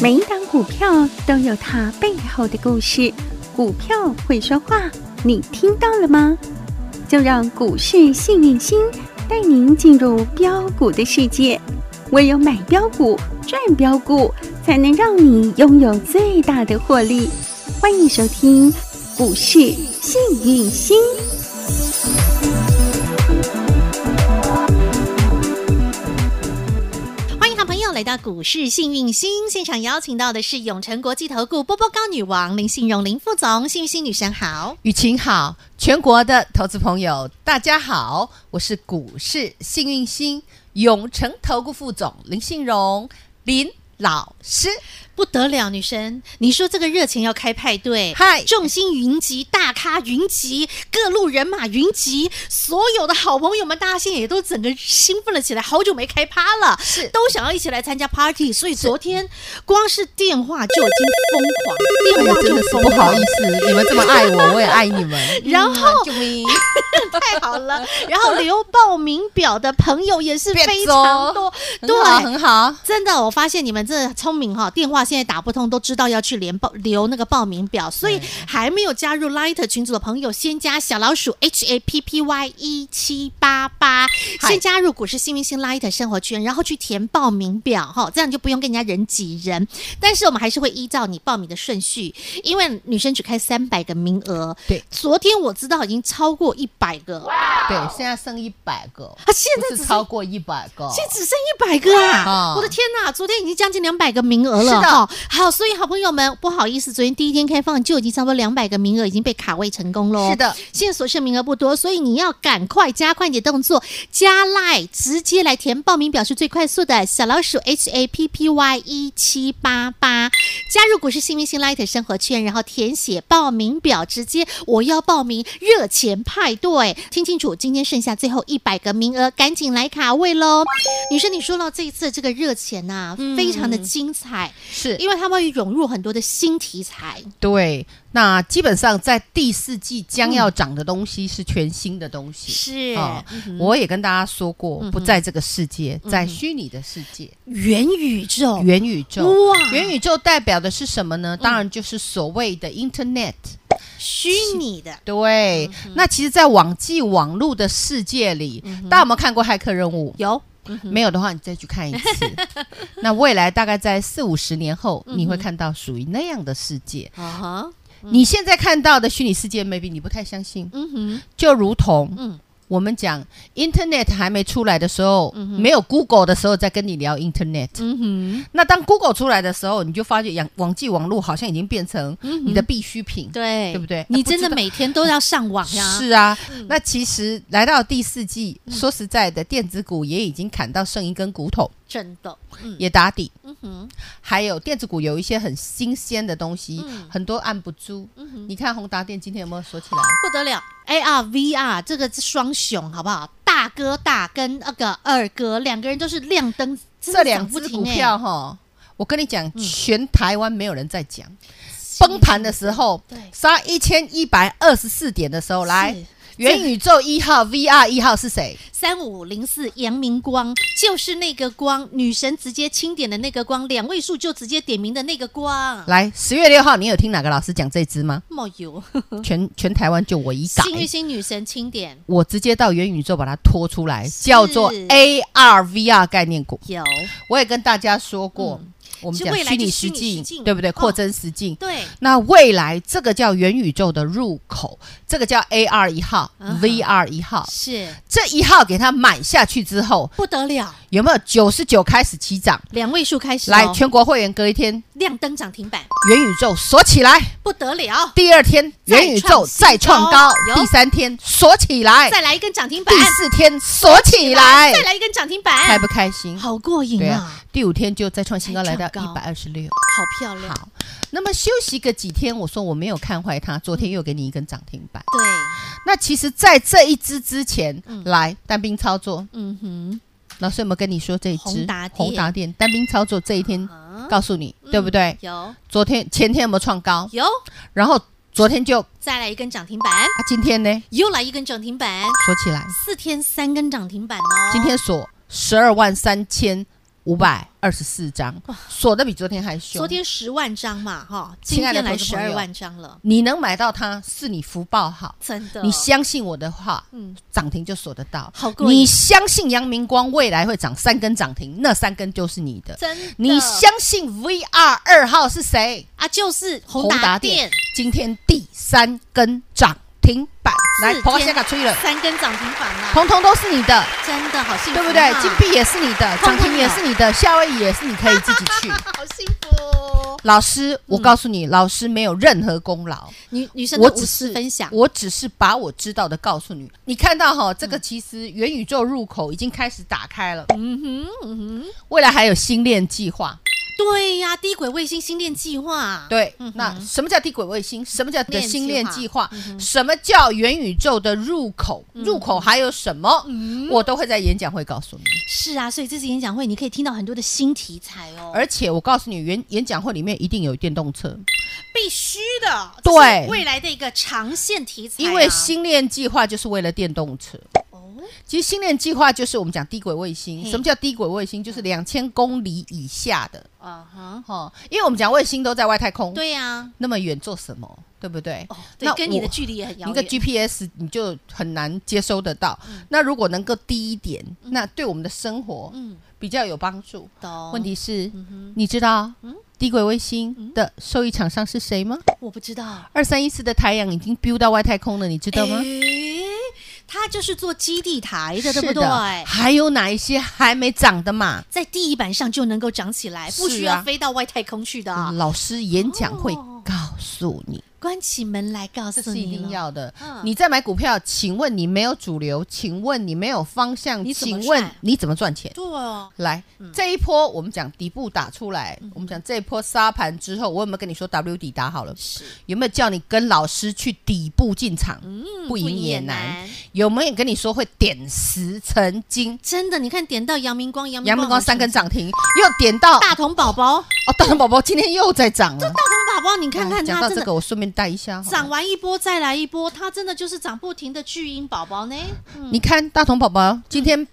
每一档股票都有它背后的故事，股票会说话，你听到了吗？就让股市幸运星带您进入标股的世界，唯有买标股、赚标股，才能让你拥有最大的获利。欢迎收听股市幸运星。欢迎好朋友来到股市幸运星现场，邀请到的是永诚国际投顾波波高女王林信荣林副总，幸运星女神好。雨晴好，全国的投资朋友大家好，我是股市幸运星永诚投顾副总林信荣林老师，不得了，女神！你说这个热钱要开派对，嗨众星云集，大咖云集，各路人马云集，所有的好朋友们，大家现在也都整个兴奋了起来，好久没开趴了，是都想要一起来参加 party。所以昨天光是电话就已经疯狂，电话真就的是疯不狂，好意思，你们这么爱我，我也爱你们。然后嗯救命！ 太好了。然后留报名表的朋友也是别非常走多，很好，很好，真的，我发现你们真的聪明哈、电话现在打不通，都知道要去连报留那个报名表，所以还没有加入 Light 群组的朋友，先加小老鼠 H A P P Y 一七八八，嗨先加入股市新明星 Light 生活圈，然后去填报名表哈、这样就不用跟人家人挤人。但是我们还是会依照你报名的顺序，因为女生只开三百个名额，对昨天我知道已经超过一百个，啊，对，现在剩一百个，现在不只是剩超过一百个，现在只剩一百个啊！啊我的天哪，昨天已经将近两百个名额了。是的哈好，所以好朋友们，不好意思，昨天第一天开放就已经差不多两百个名额已经被卡位成功喽。是的，现在所剩名额不多，所以你要赶快加快你的动作，加赖直接来填报名表是最快速的。小老鼠 H A P P Y 一七八八，加入股市新明星 Light 生活圈，然后填写报名表，直接我要报名热钱派对。听清楚，今天剩下最后一百个名额，赶紧来卡位喽！女生，你说到这一次这个热钱呐、非常的精彩，是因为它会涌入很多的新题材。对。那基本上在第四季将要涨的东西是全新的东西，是啊嗯哼嗯我也跟大家说过嗯哼，不在这个世界，在虚拟的世界，元宇宙，元宇宙。哦哇元宇宙代表的是什么呢？当然就是所谓的 Internet。虚拟的。对，嗯那其实，在网际网络的世界里，嗯大家有没有看过《骇客任务》？有，没有的话，你再去看一次。 那未来大概在四五十年后，你嗯会看到属于那样的世界。啊哈，你现在看到的虚拟世界，maybe 你不太相信，嗯哼，就如同嗯我们讲 Internet 还没出来的时候，没有 Google 的时候，在跟你聊 Internet。嗯那当 Google 出来的时候，你就发觉网网际网络好像已经变成嗯你的必需品哼，。对，对不对你不知真的道每天都要上网呀？嗯 是啊，那其实来到第四季，说实在的，电子股也已经砍到剩一根骨头，真的，嗯也打底。嗯哼，还有电子股有一些很新鲜的东西，嗯很多按不住。你看宏达电今天有没有锁起来？不得了！AR、VR 这个是双雄，好不好？大哥大跟那个二哥两个人都是亮灯，真的这两涨不只停股欸嗯票哈，我跟你讲，全台湾没有人在讲。崩盘的时候对，杀一千一百二十四点的时候，来欸是元宇宙一号、VR 一号是谁？三五零四阳明光就是那个光，女神直接清点的那个光，两位数就直接点名的那个光。来，十月六号，你有听哪个老师讲这支吗？没 有，全全台湾就我一嗯改，幸运星女神清点我直接到元宇宙把它拖出来，叫做是 AR VR 概念股。有，我也跟大家说过，我们是讲未来虚就拟虚拟实嗯实境，境对不对？哦扩增实境。对，那未来这个叫元宇宙的入口，这个叫 AR 一号、嗯哼 VR 一号，是 这一号给它买下去之后，不得了，有没有九十九开始起涨？两位数开始哦、来，全国会员隔一天，亮灯涨停板，元宇宙锁起来；不得了，第二天，元宇宙再再创创高高；有第三天锁起来；再来一根涨停板第，四天锁哎起来再，来一根涨停开板，不开心？好过瘾对啊啊，，第五天就再创新高，再来创到高一百二十六。好漂亮，啊好，那么休息个几天，我说我没有看坏它，昨天又给你一根涨停板。对，那其实，在这一支之前，来单兵操作，嗯哼，老师有没有跟你说这一支宏达电宏达电单兵操作这一天啊告诉你，对不对？有昨天前天有没有创高？有，然后昨天就啊，再来一根涨停板，今天呢又来一根涨停板，锁起来，四天三根涨停板哦，今天锁十二万三千五百二十四张，锁的比昨天还凶。昨天十万张嘛，哈，今亲爱的天来投资十朋友二万张了，你能买到它，是你福报好。真的。你相信我的话，嗯，涨停就锁得到。好过瘾你相信阳明光未来会涨三根涨停，那三根就是你的。真的你相信 VR 二号是谁？啊，就是宏宏达达电电今天第三根涨停板，来，四头发天先给吹了，三根涨停板啦，通通都是你的，真的好幸福对啊，不对？金币也是你的，痛涨快停也是你 的，夏威夷也是你可以自己去。好幸福。哦老嗯师，我告诉你，老师没有任何功劳，女女生我的无只私是分享，我只是把我知道的告诉你。你看到哈，这个其实元宇宙入口已经开始打开了，嗯哼嗯哼，未来还有星链计划。对呀，低轨卫星星链计划，对嗯哼，那什么叫低轨卫星？什么叫的星链计链划计划嗯哼？嗯什么叫元宇宙的入口？入口还有什么？我都会在演讲会告诉你。是啊，所以这次演讲会你可以听到很多的新题材哦，而且我告诉你，演演讲会里面一定有电动车，必须的，对这是未来的一个长线题材啊，因为星链计划就是为了电动车。哦其实星链计划就是我们讲低轨卫星。嘿嗯什么叫低轨卫星？就是两千公里以下的啊哈，哦，因为我们讲卫星都在外太空，对呀，那么远做什么？对不对？哦，对嗯那，跟你的我距离也很遥一个远， GPS 你就很难接收得到。那如果能够低一点，那对我们的生活嗯，比较有帮助。懂。问题是，嗯嗯你知道低轨卫星的受益厂商是谁吗？哼，我不知道。二三一四的太阳已经飙到外太空了，你知道哎吗？诶他就是做基地台的，对不是对？的还有哪一些还没涨的嘛？在地板上就能够长起来，不是需要啊嗯飞到外太空去的啊。老师演讲会哦告诉你，关起门来告这诉是一你定了，要的嗯。你在买股票，请问你没有主流，请问你没有方向你，怎么请问赚你怎么赚钱？对哦，来，这一波我们讲底部打出来，我们讲这一波杀盘之后，我有没有跟你说 W 底打好了？是有没有叫你跟老师去底部进场？嗯不赢也难。，有没有跟你说会点石成金？真的，你看点到阳明光，阳阳明光三根好涨停，又点到像，大同宝宝，哦，大红宝宝今天又在涨了。大同宝宝，你看看哎讲它到真这的个，我顺便带一下好了。涨完一波再来一波，它真的就是涨不停的巨婴宝宝呢。嗯你看大同宝宝今 天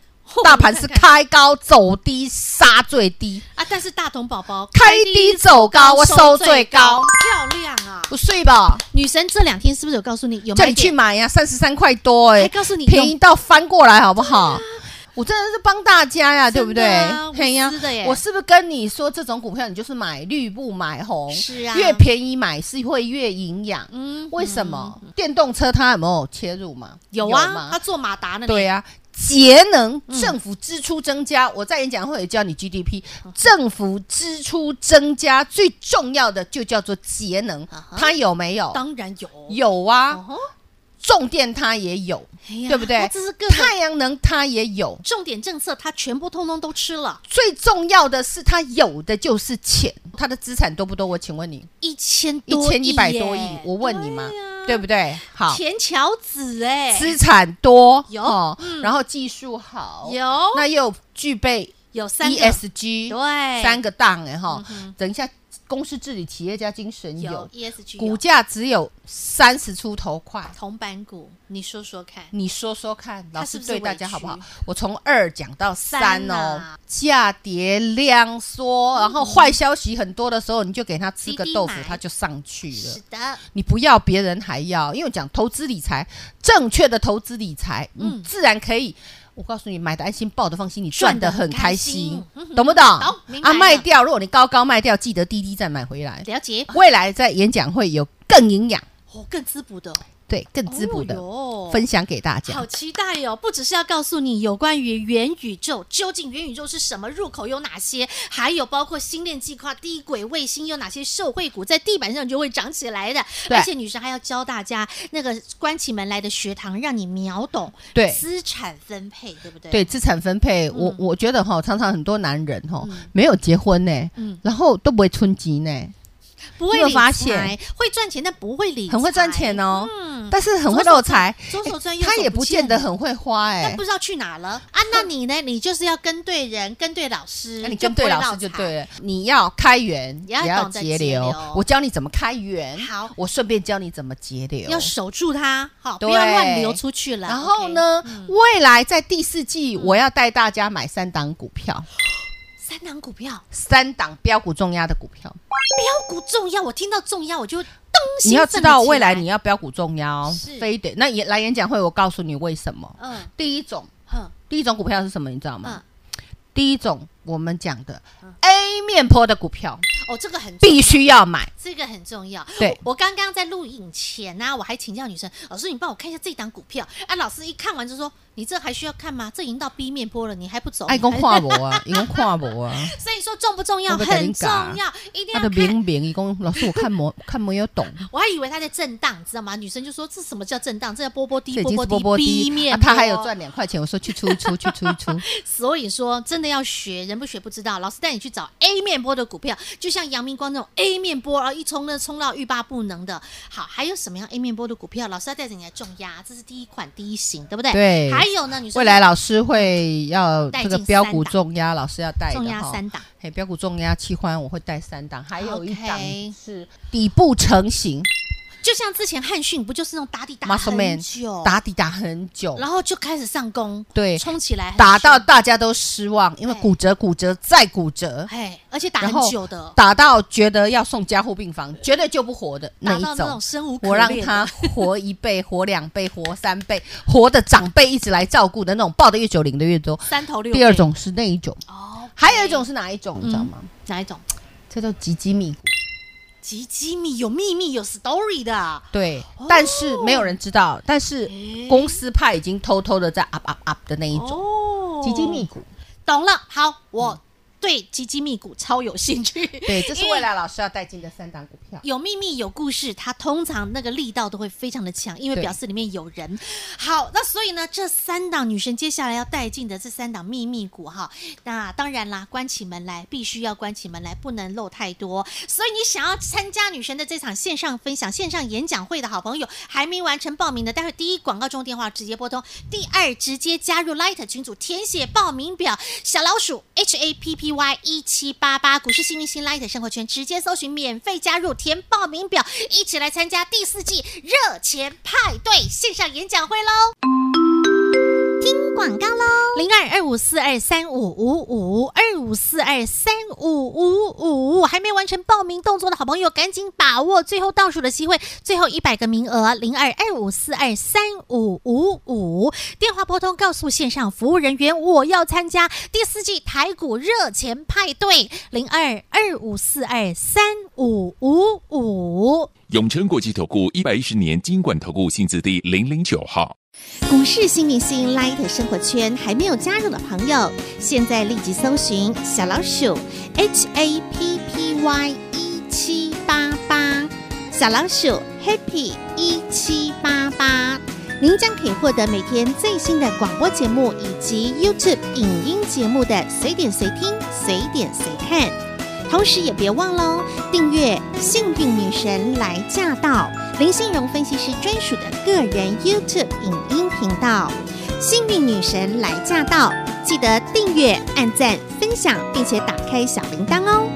大盘是开高走低杀最低，啊，但是大同宝宝开低走高我收最高，，漂亮啊！不睡吧？女神这两天是不是有告诉你有叫买你去点？买呀，三十三块多还哎，告诉你便宜有到翻过来好不好？我真的是帮大家呀，对不对真的啊？嘿呀无私的耶我是不是跟你说这种股票你就是买绿不买红？是啊越便宜买是会越营养。嗯为什么？电动车它有没有切入嘛？有吗啊，他做马达呢。对啊，节能，政府支出增加，我在演讲会也教你 GDP，政嗯府支出增加最重要的就叫做节能啊哈，它有没有？当然有，有啊，哦，重电它也有，哎呀对不它对这是各个太阳能它也有，重点政策，它全部通通都吃了，最重要的是它有的就是钱，它的资产多不多？我请问你，一千一多千一百多亿耶，我问你嘛对呀，对不对？好，田乔子哎，资产多有嗯哦然后技术好，有那又具备有三 E 个 ESG 对嗯三个档哎哈，等一下公司治理、企业家精神有有，ESG 股有价只有三十出头块，铜板股，你说说看，你说说看，老是师不是对大家委屈好不好？我从二讲到三三哦啊，嗯价跌量缩，然后坏消息很多的时候，你就给他吃个滴滴豆腐买，他就上去了是。的，你不要别人还要，因为我讲投资理财，正确的投资理财，嗯你自然可以。我告诉你，买的安心，抱的放心，你赚的很开心赚得很开心，懂不懂？懂嗯明白啊，了卖掉，如果你高高卖掉，记得低低再买回来。了解，未来在演讲会有更营养，哦，更滋补的，对，更滋补的哦哟分享给大好家。期待哦！不只是要告诉你有关于元宇宙，究竟元宇宙是什么，入口有哪些，还有包括星链计划、低轨卫星有哪些受惠股，在地板上就会长起来的。对而且女神还要教大家那个关起门来的学堂，让你秒懂对资产分配，对不对？嗯对，资产分配，我我觉得哈，常常很多男人哈没有结婚呢嗯，然后都不会存钱呢，不会你有理发财现会赚钱，但不会理财，嗯很会赚钱呢，哦，但是很会漏财，左手赚右手他也不见见得很会花哎但。不知道去哪了啊？那你呢？你就是要跟对人，跟对老师，那你就跟不对会老落师就财对了。你要开源，也要也要懂得节节流流。我教你怎么开源，好我顺便教你怎么节流要。守住它，好，不对要乱流出去了。然嗯后呢，未来在第四季，我要带大家买三档股票，三档股票，三档标股重压的股票，标股重要，我听到重要我就动心。你要知道未来你，要标股重压哦是，非得那也来演讲会，我告诉你为什么。嗯第一种，哼第一种股票是什么，你知道嗯吗？，第一种我们讲的 A 面坡的股票哦，这个很重必须要买，这个很重要。对我刚刚在录影前呢、我还请教女生老师，你帮我看一下这档股票。啊，老师一看完就说：“你这还需要看吗？这已经到 B 面坡了，你还不走？”爱你讲还跨博 啊，伊讲跨博啊，所以说重不重要？会不会给很你重嘎要，一定他要的看。明明伊讲老师我看没看没有懂，我还以为他在震荡，知道吗？女生就说：“这什么叫震荡？这叫波波低，这已经是波低波 B 低，面啊坡。他还有赚两块钱，我说去出一出，去出一出， 所以说，真的要学，人不学不知道。老师带你去找 A 面波的股票，就像阳明光那种 A 面波，然后一冲呢冲到欲罢不能的。好，还有什么样 A 面波的股票？老师要带着你来重压，这是第一款第一型，对不对？对还有呢，你说未来老师会要这带个进标股三档重压，老师要带的重压哈三档，嘿，标股重压期欢我会带三档，还有一档 OK 是底部成型，就像之前汉讯不就是那种打底打 Muscle Man，很久，打底打很久，然后就开始上攻，对冲起来很打到凶，大家都失望，因为对骨折、骨折再骨折，哎，而且打然后很久的，打到觉得要送加护病房，绝对救不活的那打一到那种种。生无可我让恋的他活一倍、活两倍、活三倍，活的长辈一直来照顾的那种，抱的越久领的越多。三头六臂。嗯第二种是那一种，哦，还有一种是哪一种？你知道吗？哪一种？这叫吉吉米股。吉吉米有秘密有 story 的啊。对，但是没有人知道，但是诶公司派已经偷偷的在 up up up 的那一种哦吉吉密股。懂了。好，我对吉吉密股超有兴趣。对，这是因为未来老师要带进的三档股票。有秘密，有故事，它通常那个力道都会非常的强，因为对表示里面有人。好，那所以呢，这三档女神接下来要带进的这三档秘密股哈，那当然啦，关起门来必须要关起门来，不能漏太多。所以你想要参加女神的这场线上分享、线上演讲会的好朋友，还没完成报名的，待会第一广告中电话直接拨通，第二直接加入 Light 群组，填写报名表，小老鼠 H A P P Y 一七八八，股市幸运星 Light 生活圈直接搜寻免费加入，填报名表，一起来参加第四季热钱派对线上演讲会喽！听广告喽。零二二五四二三五五五二五四二三五五五，还没完成报名动作的好朋友，赶紧把握最后倒数的机会，最后一百个名额，零二二五四二三五五五，电话拨通，告诉线上服务人员，我要参加第四季台股热钱派对，零二二五四二三五五五。永诚国际投顾一百一十年金管投顾新字第零零九号。股市新明星 Light 生活圈还没有加入的朋友，现在立即搜寻小老鼠 HAPPY 一七八八，小老鼠 Happy 一七八八，您将可以获得每天最新的广播节目以及 YouTube 影音节目的随点随听、随点随看。同时也别忘喽，订阅《幸运女神来驾到》林信荣分析师专属的个人 YouTube 影音频道《幸运女神来驾到》，记得订阅、按赞、分享，并且打开小铃铛哦。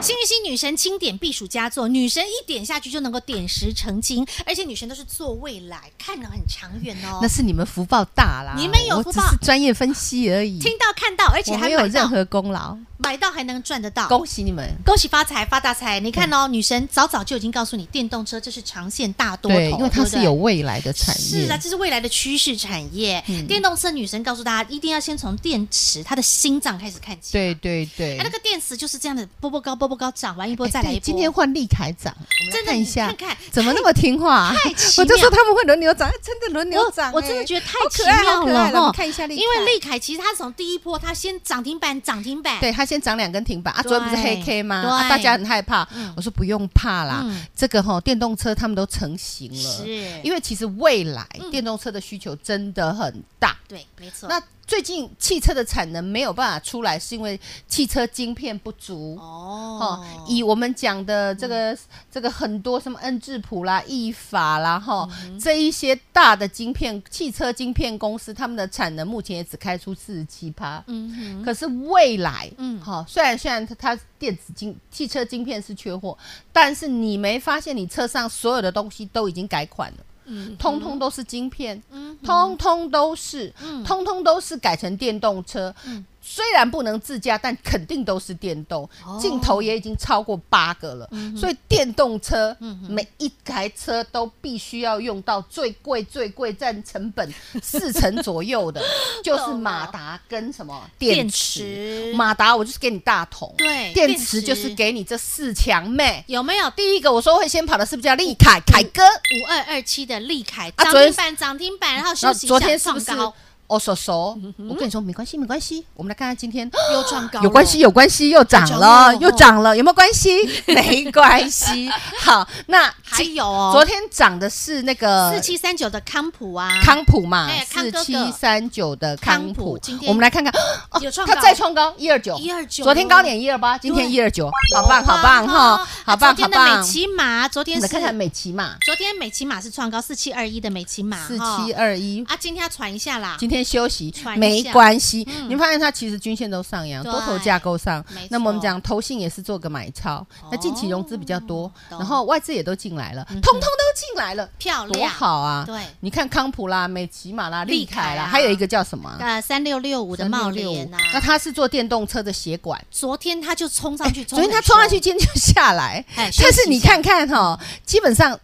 幸运星女神经典避暑佳作，女神一点下去就能够点石成金，而且女神都是做未来，看得很长远哦那。是你们福报大啦，你们有我福只报是专业分析而已， 听到看到，而且我还没有买任到，何功劳。买到还能赚得到。恭嗯喜你们！恭喜发财发大财！你看哦，女神早早就已经告诉你，电动车这是长线大多头，因为它对不是对有未来的产业，是啊，这是未来的趋势产业。嗯电动车女神告诉大家，一定要先从电池它的心脏开始看起。对对对。哎，那个电池就是这样的，波波高，波波高，涨完一波哎再来对一波。今天换利凯涨，我们来真的看一下，你看看怎么那么听话啊？太奇我就妙说他们会轮流涨，哎真的轮流我涨，我真的哎觉得太好奇可爱妙好可爱了哦我们看一下利凯，因为利凯其实它从第一波它先涨停板，涨停板。对他先涨两根停板啊，对昨天不是黑 K 吗？对啊大家很害怕嗯，我说不用怕啦嗯，这个哈电动车他们都成型了，是因为其实未来嗯电动车的需求真的很大。对，没错。那最近汽车的产能没有办法出来，是因为汽车晶片不足。哦哦，，嗯以我们讲的这个、这个很多什么恩智浦啦、意法啦，哈、嗯这一些大的晶片、汽车晶片公司，他们的产能目前也只开出四十七趴。嗯哼，可是未来，嗯嗯，好，虽然虽然它它电子晶汽车晶片是缺货，但是你没发现你车上所有的东西都已经改款了，嗯通通都是晶片，嗯通通都是，通通都是改成电动车。嗯虽然不能自驾，但肯定都是电动哦，嗯镜头也已经超过八个了。所以电动车每一台车都必须要用到最贵、最贵占成 本四成左右的，就是马达跟什么电电池池。马达我就是给你大桶，对电电池池就是给你这四强妹。有没有第一个我说会先跑的是不是叫利嗯凯凯哥？五二二七的利凯啊涨昨天停板涨停板，然后休那息一下昨天是不创是高哦，手手？我跟你说没关系，没关系。我们来看看今天哦又创高了有关系，有关系，又涨涨了了，又涨了，有没有关系？没 关系。好，那还今有哦昨天涨的是那个四七三九的康普啊，康普嘛哎，康四哥哥七三九的康康普普今，天我们来看看，哦有创高它再创高一二九， 129昨天高点一二八，今天对哦一二九，好棒，好棒哈，好棒，啊昨天好的美棒。骑马，昨我天们是来看看美琪嘛，昨天美骑马是创高四七二一的美骑马，四哈七二一，啊，今天要传一下啦，今天休息喘一没下嗯关系，你们发现它其实均线都上扬，对多头架构上没错。哦那么我们讲投信也是做个买超，那近期融资比较多，懂然后外资也都进来了，通通都进来了，漂亮，多好啊！对，你看康普啦、美琪玛啦、利利凯啊凯啦，还有一个叫什么啊？呃，三六六五的茂联呐3665，那它是做电动车的血管。昨天他就冲上去，昨天它冲上去，，今天就下来。哎但是你，看休息一下看哈，基本上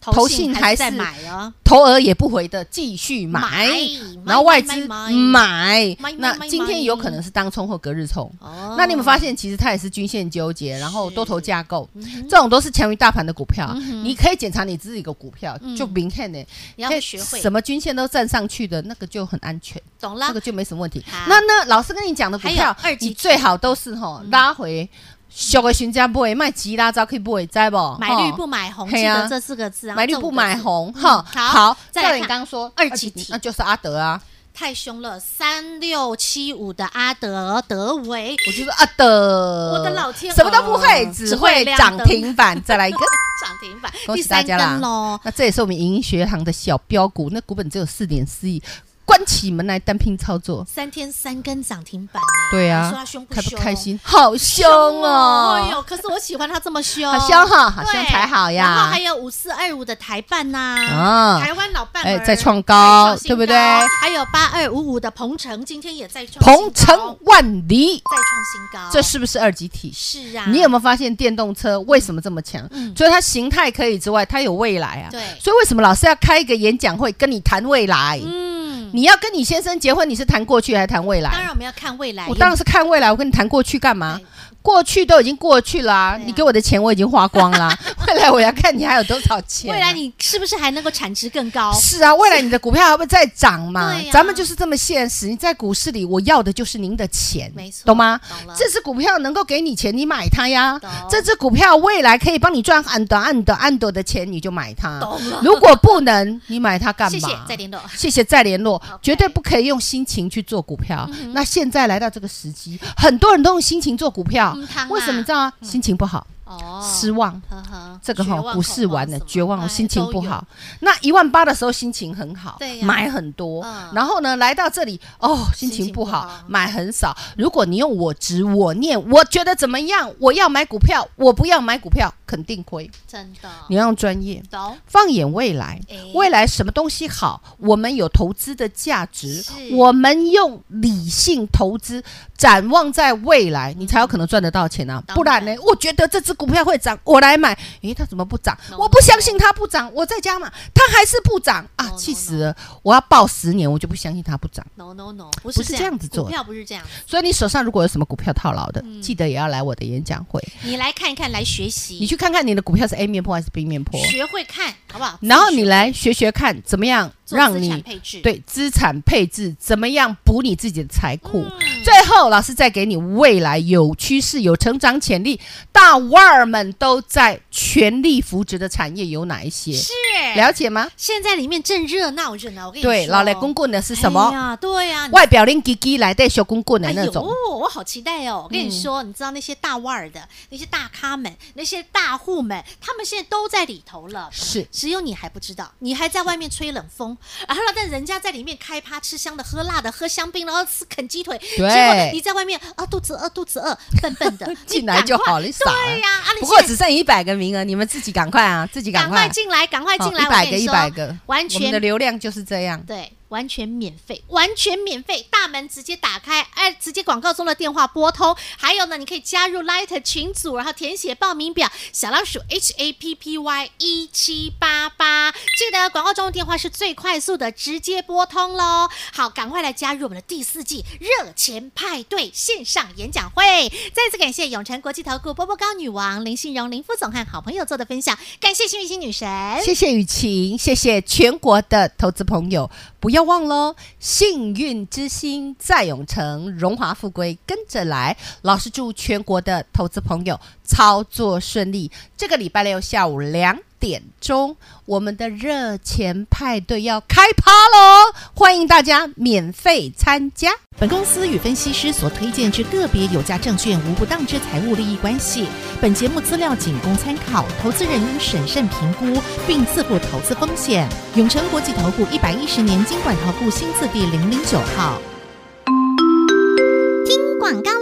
投投信信还还在是买哦，头儿也不回的继续买买买，然后外买资买买买买。那买今买天有可能是当冲或隔日冲。哦那你有没有发现，其实它也是均线纠结，然后是多头架构，这种都是强于大盘的股票啊嗯。哼你可以检查你自己的股票嗯，就明显的，你要可以学会什么均线都站上去的那个就很安全，懂那了个？就没什么问题好。那那老师跟你讲的股票还有二，级嗯你最好都是吼拉回，小的询价不会卖急拉招可以不会摘不？买绿吼不买红，记哦嘿啊得这四个字啊，买绿这五不个买字，红嗯哈。好好，再再来来你看刚刚说啊二级体那就是阿德啊，太凶了，三六七五的阿德德维，我就说阿德，我的老天鹅哦什么都不会，只只会会亮涨灯停板。再 来一个，涨停板，恭第喜大三家啦根喽！那这也是我们盈盈学堂的小标股，那股本只有四点四亿，关起门来单拼操作，三天三根涨停板欸，对你啊说他凶不开凶？哦不开？心？好凶哎哦，呦，可是我喜欢他这么凶，好凶哈，好对，凶才好然后呀还。有五四二五的台办呐，啊，台湾老伴哎儿再创再高创新对不对还有八二五五的鹏程，今天也在创鹏新高程万里，再创新高，这是不是二级体？是啊，你有没有发现电动车为什么这么强？嗯除了它形态可以之外，它有未来啊。对所以为什么老师要开一个演讲会跟你谈未来？嗯，你要跟你先生结婚，你是谈过去还是谈未来？当然我们要看未来，我当然是看未来，我跟你谈过去干嘛对？过去都已经过去啦、对啊你给我的钱我已经花光啦、 未来我要看你还有多少钱啊、未来你是不是还能够产值更高？是啊，未来你的股票还会再涨嘛？对呀啊咱们就是这么现实。你在股市里，我要的就是您的钱，没错懂吗？懂了这只股票能够给你钱，你买它呀懂。这只股票未来可以帮你赚很多、很多、很多的钱，你就买它懂了。如果不能，你买它干嘛？谢谢，再联络。谢谢再联络 OK，嗯绝对不可以用心情去做股票。那现在来到这个时机，很多人都用心情做股票嗯汤啊，为什么你知道吗？心情不好，哦失望。呵呵，这个绝哈望股市恐慌玩什的么绝望，哎心情不都有好。那一万八的时候心情很好，对呀买很多嗯。然后呢，来到这里哦，心心情情不不好好，买很少。如果你用我执我念，我觉得怎么样？我要买股票，我不要买股票，肯定亏。真的，你要用专业。懂放眼未来哎，未来什么东西好，我们有投资的价值是，我们用理性投资，展望在未来，你才有可能赚得到钱啊！当然不然呢？我觉得这只股票会涨，我来买，诶，它怎么不涨 No,？我不相信它不涨，我在家嘛，它还是不涨 No, 啊！ no, 气死了！我要报十年，我就不相信它不涨。 ？No No No，不不是这样子做股票不是这样，所以你手上如果有什么股票套牢的，嗯记得也要来我的演讲会，你来看一看，来学习，你去看看你的股票是 A 面坡还是 B 面坡，学会看好不好？ 然后你自来学学看怎么样己学做让资你产配置，对资产配置怎么样补你自己的财库。嗯最后，老师再给你未来有趋势、有成长潜力，大腕儿们都在全力扶植的产业有哪一些？是了解吗？现在里面正热闹着呢，我跟你说，对，老来公棍的是什哎么？呀，对呀，你外表拎鸡鸡来带小公棍的哎那呦，种。嗯我好期待哦！我跟你说，你知道那些大腕儿的、那些大咖们、那些大户们，他们现在都在里头了。是只有你还不知道，你还在外面吹冷啊哦风，然后呢，但人家在里面开趴、吃香的、喝辣的、喝香槟，然后吃啃鸡腿，结对果呢，对，你在外面啊肚子饿肚子饿，笨笨的 进来就好了你赶傻了快对呀，啊，你不过现在只剩一百个名额，你们自己赶快啊，自己赶快快哦进来，赶快进来，一百我个跟你一说百个，完我们的全流量就是这样。对，完全免费，完全免费，大门直接打开，哎，直接广告中的电话拨通。还有呢，你可以加入 Light 群组，然后填写报名表，小老鼠 H A P P Y 一七八八，记得广告中的电话是最快速的，直接拨通喽。好，赶快来加入我们的第四季热钱派对线上演讲会。再次感谢永诚国际投顾波波高女王林信荣林副总和好朋友做的分享，感谢幸运星女神。谢谢雨晴，谢谢全国的投资朋友，不要忘喽！幸运之星在永城，荣华富贵跟着来。老师祝全国的投资朋友操作顺利。这个礼拜六下午两点钟，我们的热钱派对要开趴喽，欢迎大家免费参加。本公司与分析师所推荐之个别有价证券无不当之财务利益关系。本节目资料仅供参考，投资人应审慎评估并自负投资风险。永诚国际投顾一百一十年经管投顾新字第零零九号。广告喽，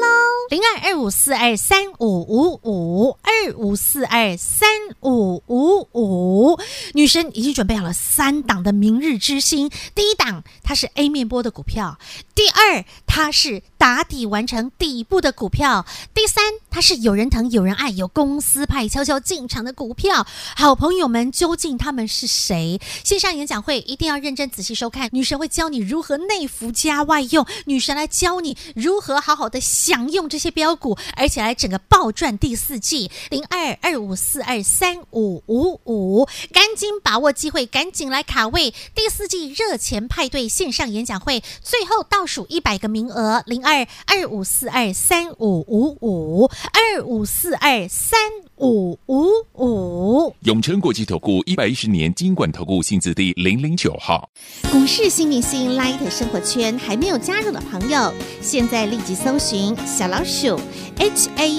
零二二五四二三五五五二五四二三五五五。女神已经准备好了三档的明日之星，第一档它是 A 面波的股票，第二它是打底完成底部的股票，第三它是有人疼有人爱有公司派悄悄进场的股票。好朋友们，究竟他们是谁？线上演讲会一定要认真仔细收看，女神会教你如何内服加外用，女神来教你如何好好的享用这些标股，而且来整个暴赚第四季零二二五四二三五五五，赶紧把握机会，赶紧来卡位第四季热钱派对线上演讲会，最后倒数一百个名额零二二五四二三五五五二五四二三五五五。永诚国际投顾一百一十年金管投顾性质第零零九号。股市新明星 Light 生活圈还没有加入的朋友，现在立即搜寻小老鼠 HAPPY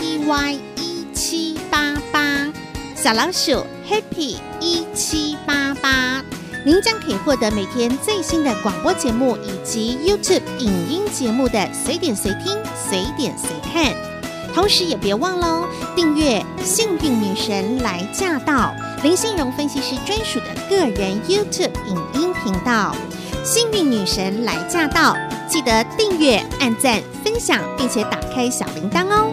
一 E 七八八，小老鼠 Happy 一七八八，您将可以获得每天最新的广播节目以及 YouTube 影音节目的随点随听、随点随看。同时也别忘喽，订阅《幸运女神来驾到》林信荣分析师专属的个人 YouTube 影音频道《幸运女神来驾到》，记得订阅、按赞、分享，并且打开小铃铛哦。